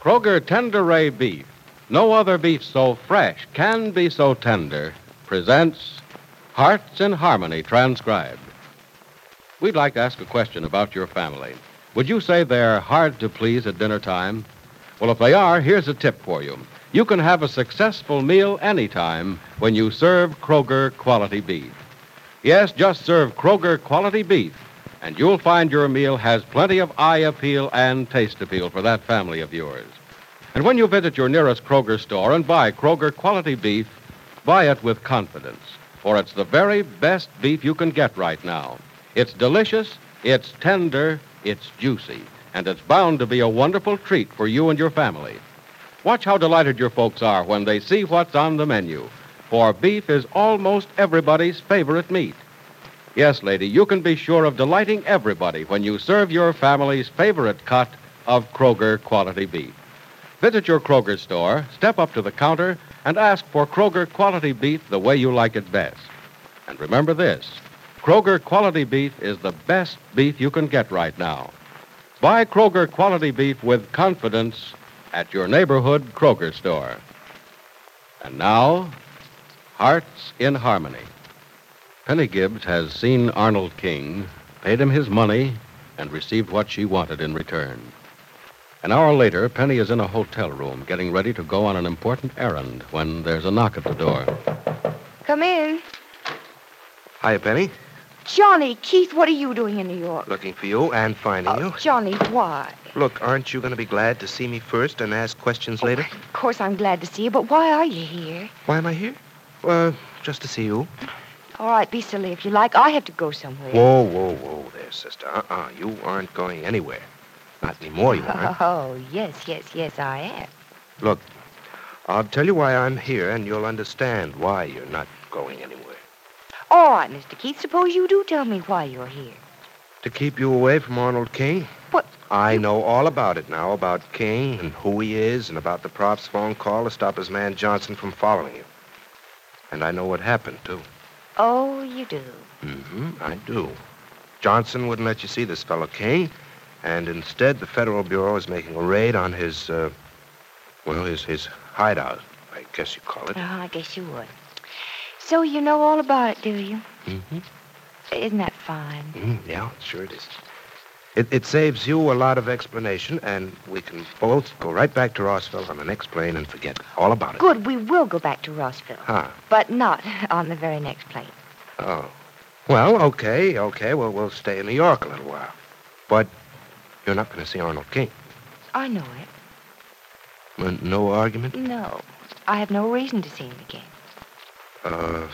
Kroger Tender Ray Beef, no other beef so fresh can be so tender, presents Hearts in Harmony transcribed. We'd like to ask a question about your family. Would you say they're hard to please at dinner time? Well, if they are, here's a tip for you. You can have a successful meal anytime when you serve Kroger quality beef. Yes, just serve Kroger quality beef, and you'll find your meal has plenty of eye appeal and taste appeal for that family of yours. And when you visit your nearest Kroger store and buy Kroger quality beef, buy it with confidence, for it's the very best beef you can get right now. It's delicious, it's tender, it's juicy, and it's bound to be a wonderful treat for you and your family. Watch how delighted your folks are when they see what's on the menu, for beef is almost everybody's favorite meat. Yes, lady, you can be sure of delighting everybody when you serve your family's favorite cut of Kroger quality beef. Visit your Kroger store, step up to the counter, and ask for Kroger quality beef the way you like it best. And remember this Kroger quality beef is the best beef you can get right now. Buy Kroger quality beef with confidence at your neighborhood Kroger store. And now, Hearts in Harmony. Penny Gibbs has seen Arnold King, paid him his money, and received what she wanted in return. An hour later, Penny is in a hotel room getting ready to go on an important errand when there's a knock at the door. Come in. Hiya, Penny. Johnny, Keith, what are you doing in New York? Looking for you and finding you. Johnny, why? Look, aren't you going to be glad to see me first and ask questions later? Of course I'm glad to see you, but why are you here? Why am I here? Well, just to see you. All right, be silly if you like. I have to go somewhere. Whoa, whoa, whoa there, sister. Uh-uh. You aren't going anywhere. Not anymore, you aren't. Oh, yes, yes, yes, I am. Look, I'll tell you why I'm here, and you'll understand why you're not going anywhere. All right, Mr. Keith, suppose you do tell me why you're here. To keep you away from Arnold King? What? I know all about it now, about King and who he is, and about the prop's phone call to stop his man Johnson from following you. And I know what happened, too. Oh, you do. Mm-hmm, I do. Johnson wouldn't let you see this fellow King, and instead the Federal Bureau is making a raid on his, uh, well, his, his hideout, I guess you call it. Oh, I guess you would. So you know all about it, do you? Mm-hmm. Isn't that fine? Mm, yeah, sure it is. It, it saves you a lot of explanation, and we can both go right back to Rossville on the next plane and forget all about it. Good, we will go back to Rossville, Huh. but not on the very next plane. Oh. Well, okay, okay. Well, we'll stay in New York a little while. But you're not going to see Arnold King. I know it. Well, No argument? No, I have no reason to see him again. Uh,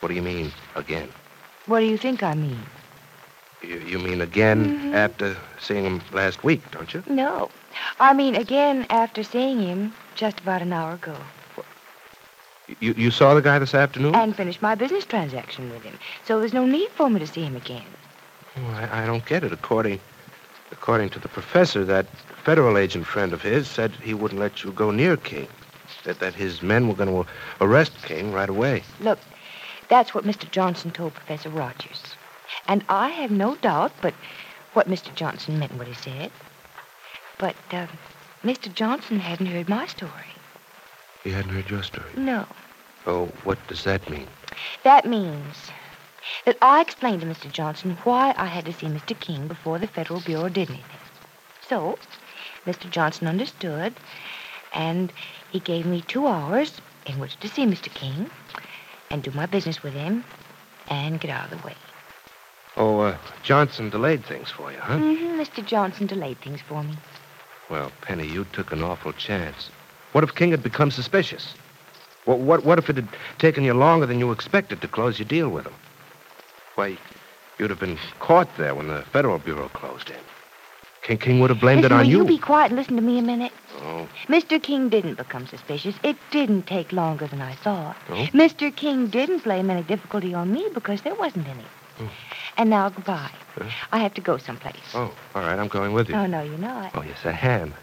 what do you mean, again? What do you think I mean? You, you mean again after seeing him last week, don't you? No. I mean, again, after seeing him just about an hour ago You, you saw the guy this afternoon? and finished my business transaction with him, so there's no need for me to see him again. Oh, I, I don't get it. According, according to the professor, that federal agent friend of his said he wouldn't let you go near King. That, that his men were going to arrest King right away. Look, that's what Mr. Johnson told Professor Rogers. And I have no doubt but what Mr. Johnson meant what he said. But uh, Mr. Johnson hadn't heard my story. He hadn't heard your story. No. Oh, what does that mean? That means that I explained to Mr. Johnson why I had to see Mr. King before the Federal Bureau did anything. So, Mr. Johnson understood, and he gave me two hours in which to see Mr. King and do my business with him and get out of the way. Oh, uh, Johnson delayed things for you, huh? hmm Mr. Johnson delayed things for me. Well, Penny, you took an awful chance. What if King had become suspicious? What, what, what if it had taken you longer than you expected to close your deal with him? Why, you'd have been caught there when the Federal Bureau closed in. King King would have blamed Listen, it on will you. you be quiet and listen to me a minute? Oh, Mr. King didn't become suspicious. It didn't take longer than I thought. No? Mr. King didn't blame any difficulty on me because there wasn't any. And now goodbye. Oh. Huh? I have to go someplace. oh, all right, I'm going with you. Oh, no, you know it. Oh, yes, I am.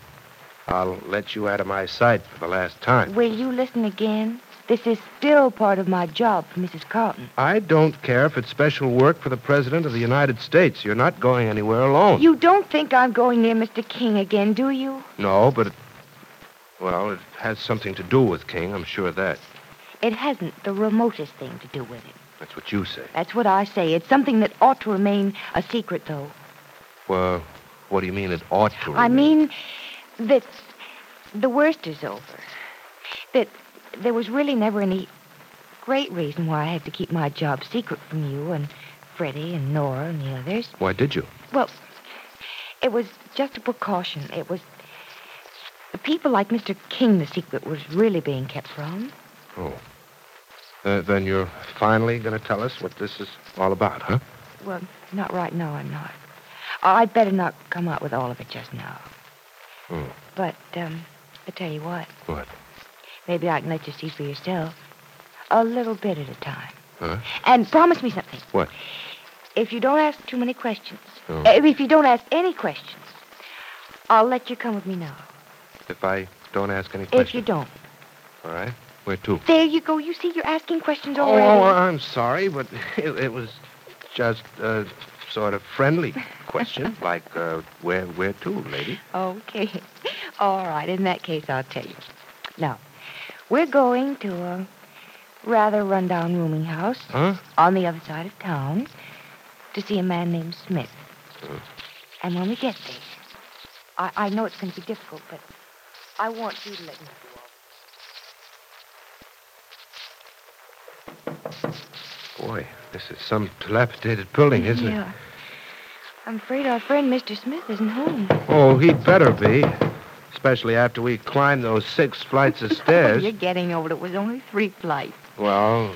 I'll let you out of my sight for the last time. Will you listen again? This is still part of my job for Mrs. Carlton. I don't care if it's special work for the President of the United States. You're not going anywhere alone. You don't think I'm going near Mr. King again, do you? No, but, it, well, it has something to do with King, I'm sure of that. It hasn't the remotest thing to do with him. That's what you say. That's what I say. It's something that ought to remain a secret, though. Well, what do you mean it ought to I remain? mean that the worst is over. That there was really never any great reason why I had to keep my job secret from you and Freddie and Nora and the others. Why did you? Well, it was just a precaution. It was people like Mr. King the secret was really being kept from. Oh. Uh, then you're finally going to tell us what this is all about, huh? Well, not right now, I'm not. I'd better not come out with all of it just now. Oh, But, um, I tell you what, what? maybe I can let you see for yourself. A little bit at a time. Huh? And promise me something. What? If you don't ask too many questions, Oh. eh, if you don't ask any questions, I'll let you come with me now. If I don't ask any If you questions. don't. All right. Where to? There you go. You see, you're asking questions Oh, already. I'm sorry, but it, it was just a sort of friendly question, like uh, where where to, lady? Okay. All right. In that case, I'll tell you. Now, we're going to a rather rundown rooming house Huh? on the other side of town to see a man named Smith. Hmm. And when we get there, I, I know it's going to be difficult, but I want you to let me do all. Boy, this is some dilapidated building, isn't yeah. I'm afraid our friend Mr. Smith isn't home. it? Oh, he'd better be, especially after we climbed those six flights of stairs. You're getting old. It was only three flights. Well,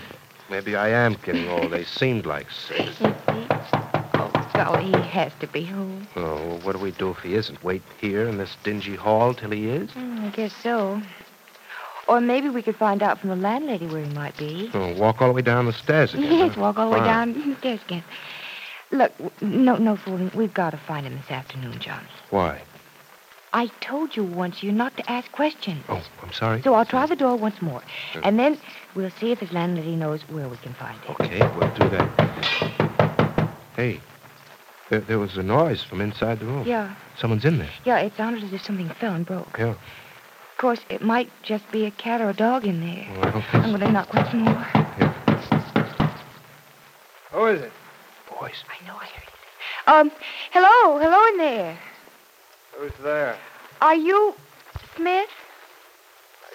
maybe I am getting old. They seemed like six. You see? Oh, golly, he has to be home. Oh, well, what do we do if he isn't? Wait here in this dingy hall till he is? Hmm, I guess so. Or maybe we could find out from the landlady where he might be. Oh, walk all the way down the stairs again. Yes, huh? walk all the way Fine. down the stairs again. Look, w- no, no fooling. We've got to find him this afternoon, Johnny. Why? I told you once you're not to ask questions. Oh, I'm sorry. So I'll try the door once more, and then we'll see if his landlady knows where we can find him. Okay, we'll do that. Hey, there, there was a noise from inside the room. Yeah, Someone's in there. yeah, it sounded as if something fell and broke. Yeah. Of course, it might just be a cat or a dog in there. Well, I don't think I'm going to knock once more. I Who is it? Boys. know I heard it. Um, hello, hello in there. Who's there? Are you Smith?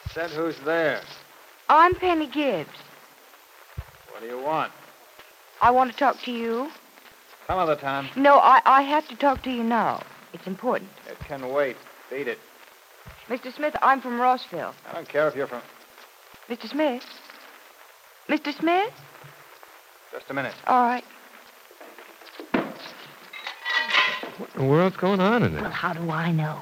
I said, who's there? I'm Penny Gibbs. What do you want? I want to talk to you. Some other time. No, I, I have to talk to you now. It's important. It can wait. Beat it. Mr. Smith, I'm from Rossville. I don't care if you're from. Mr. Smith? Mr. Smith? Just a minute. All right. What in the world's going on in Well, there? how do I know?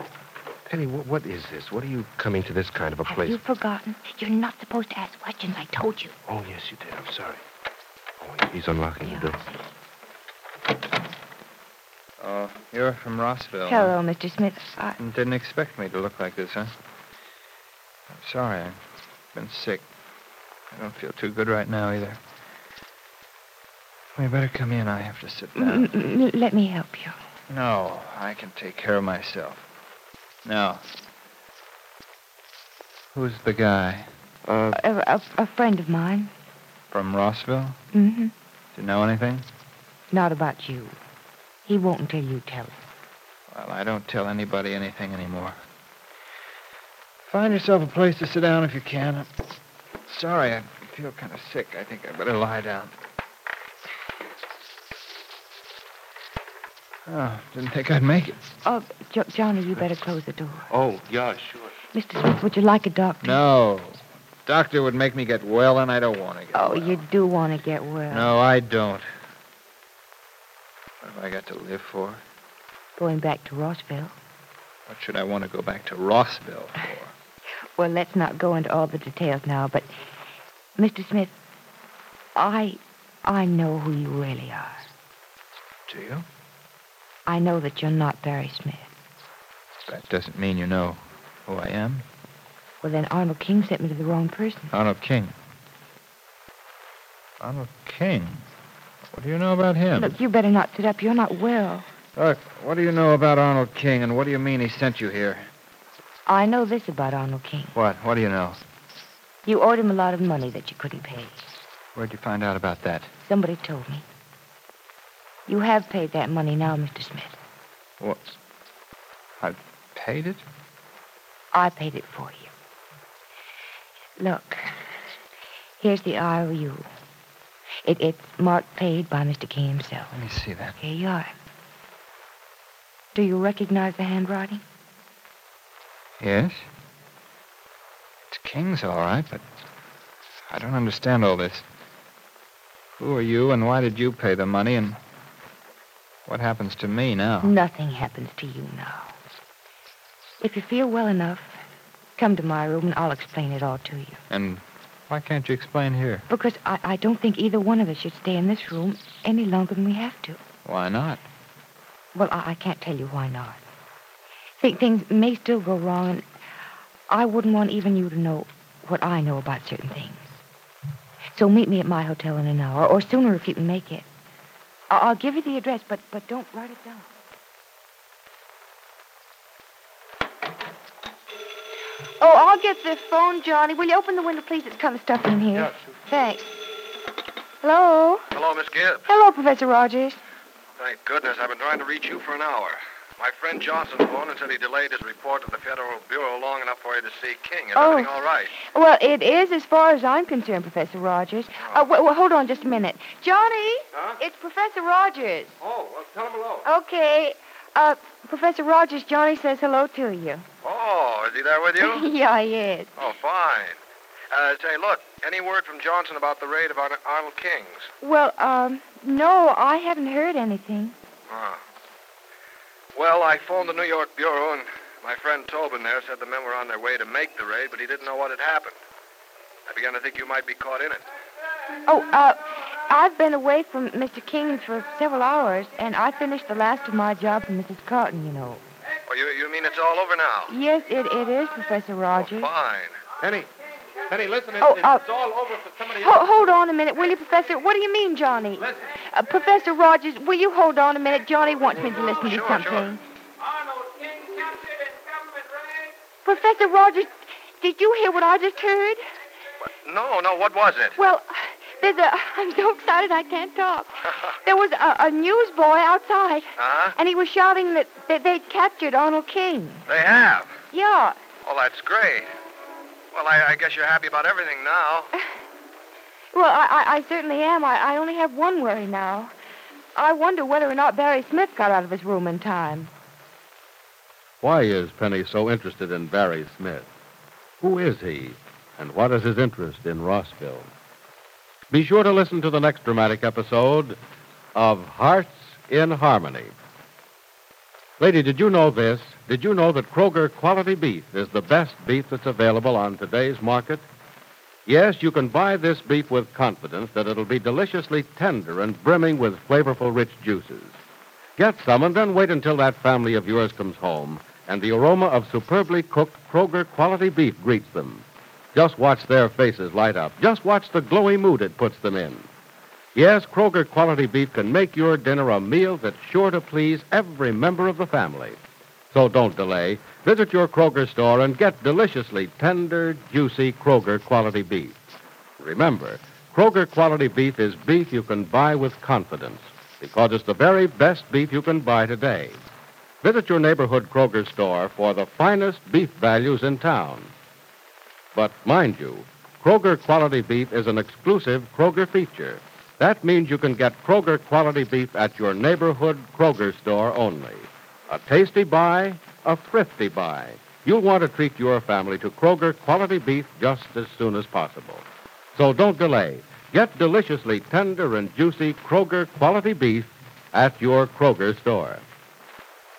Penny, what, what is this? What are you coming to this kind of a Have place? you forgotten? You're not supposed to ask questions. I told you. Oh, yes, you did. I'm sorry. Oh, he's unlocking the door. Oh, you're from Rossville. Hello, Mr. Smith. I, huh? Didn't expect me to look like this, huh? I'm sorry. I've been sick. I don't feel too good right now either. We better come in. I have to sit down. m- m- m- let me help you. No, I can take care of myself. Now, who's the guy Uh, A, a, a friend of mine. from Rossville? Mm-hmm. Do you know anything? Not about you. He won't until you tell him. Well, I don't tell anybody anything anymore. Find yourself a place to sit down if you can. I'm sorry, I feel kind of sick. I think I better lie down. Oh, didn't think I'd make it. Oh, jo- Johnny, you better close the door. oh, yeah, sure. Mr. Smith, would you like a doctor? No. Doctor would make me get well, and I don't want to get Oh, well. you do want to get well. No, I don't. What have I got to live for? Going back to Rossville. What should I want to go back to Rossville for? Well, let's not go into all the details now, but Mr. Smith, I I know who you really are. Do you? I know that you're not Barry Smith. That doesn't mean you know who I am. Well, then Arnold King sent me to the wrong person. Arnold King. Arnold King? What do you know about him? Look, you better not sit up. You're not well. Look, what do you know about Arnold King, and what do you mean he sent you here? I know this about Arnold King. What? What do you know? You owed him a lot of money that you couldn't pay. Where'd you find out about that? Somebody told me. You have paid that money now, Mr. Smith. What? I paid it? I paid it for you. Look, here's the IOU. It, it's marked paid by Mr. King himself. Let me see that. Here you are. Do you recognize the handwriting? Yes? It's King's, all right, but I don't understand all this. Who are you, and why did you pay the money, and what happens to me now? Nothing happens to you now. If you feel well enough, come to my room and I'll explain it all to you. And why can't you explain here? Because I, I don't think either one of us should stay in this room any longer than we have to. Why not? Well, I, I can't tell you why not. Think things may still go wrong, and I wouldn't want even you to know what I know about certain things. So meet me at my hotel in an hour, or sooner if you can make it. I- I'll give you the address, but but don't write it down. Oh, I'll get the phone, Johnny. Will you open the window, please? It's kind of stuffy in here. Thanks. Hello. Hello, Miss Gibb. Hello, Professor Rogers. Thank goodness. I've been trying to reach you for an hour. My friend Johnson phoned and said he delayed his report to the Federal Bureau long enough for you to see King. Is Oh. everything all right? Well, it is as far as I'm concerned, Professor Rogers. Uh, well, well, hold on just a minute. Johnny, Oh. Huh? it's Professor Rogers. Oh, well, tell him hello. Okay. Uh, Professor Rogers, Johnny says hello to you. Oh, is he there with you? yeah, he is. oh, fine. Uh, say, look, any word from Johnson about the raid of Ar- Arnold King's? Well, um, no, I haven't heard anything. Ah. Well, I phoned the New York Bureau, and my friend Tobin there said the men were on their way to make the raid, but he didn't know what had happened. I began to think you might be caught in it. Oh, uh, I've been away from Mr. King for several hours, and I finished the last of my job for Mrs. Carton, you know. Oh, you, you mean it's all over now? Yes, it, it is, Professor Rogers. Fine. Penny, Penny, listen. Oh, uh, it's all over for somebody Ho- hold on a minute, will you, Professor? What do you mean, Johnny? Uh, Professor Rogers, will you hold on a minute? Johnny wants me to listen to Sure, something. sure. Arnold King captured in government raid. Professor Rogers, did you hear what I just heard? No, no, what was it? Well, there's a. I'm so excited I can't talk. There was a, a newsboy outside, Huh? and he was shouting that, that they'd captured Arnold King. They have. Yeah. Oh, that's great. Well, I, I guess you're happy about everything now. Well, I, I, I certainly am. I, I only have one worry now. I wonder whether or not Barry Smith got out of his room in time. Why is Penny so interested in Barry Smith? Who is he? And what is his interest in Rossville? Be sure to listen to the next dramatic episode of Hearts in Harmony. Lady, did you know this? Did you know that Kroger quality beef is the best beef that's available on today's market? Yes, you can buy this beef with confidence that it'll be deliciously tender and brimming with flavorful, rich juices. Get some and then wait until that family of yours comes home and the aroma of superbly cooked Kroger quality beef greets them. Just watch their faces light up. Just watch the glowy mood it puts them in. Yes, Kroger quality beef can make your dinner a meal that's sure to please every member of the family. So don't delay. Visit your Kroger store and get deliciously tender, juicy Kroger quality beef. Remember, Kroger quality beef is beef you can buy with confidence because it's the very best beef you can buy today. Visit your neighborhood Kroger store for the finest beef values in town. But mind you, Kroger quality beef is an exclusive Kroger feature. That means you can get Kroger quality beef at your neighborhood Kroger store only. A tasty buy, a thrifty buy. You'll want to treat your family to Kroger quality beef just as soon as possible. So don't delay. Get deliciously tender and juicy Kroger quality beef at your Kroger store.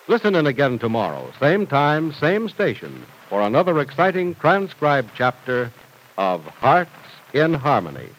Listen in again tomorrow, same time, same station, for another exciting transcribed chapter of Hearts in Harmony.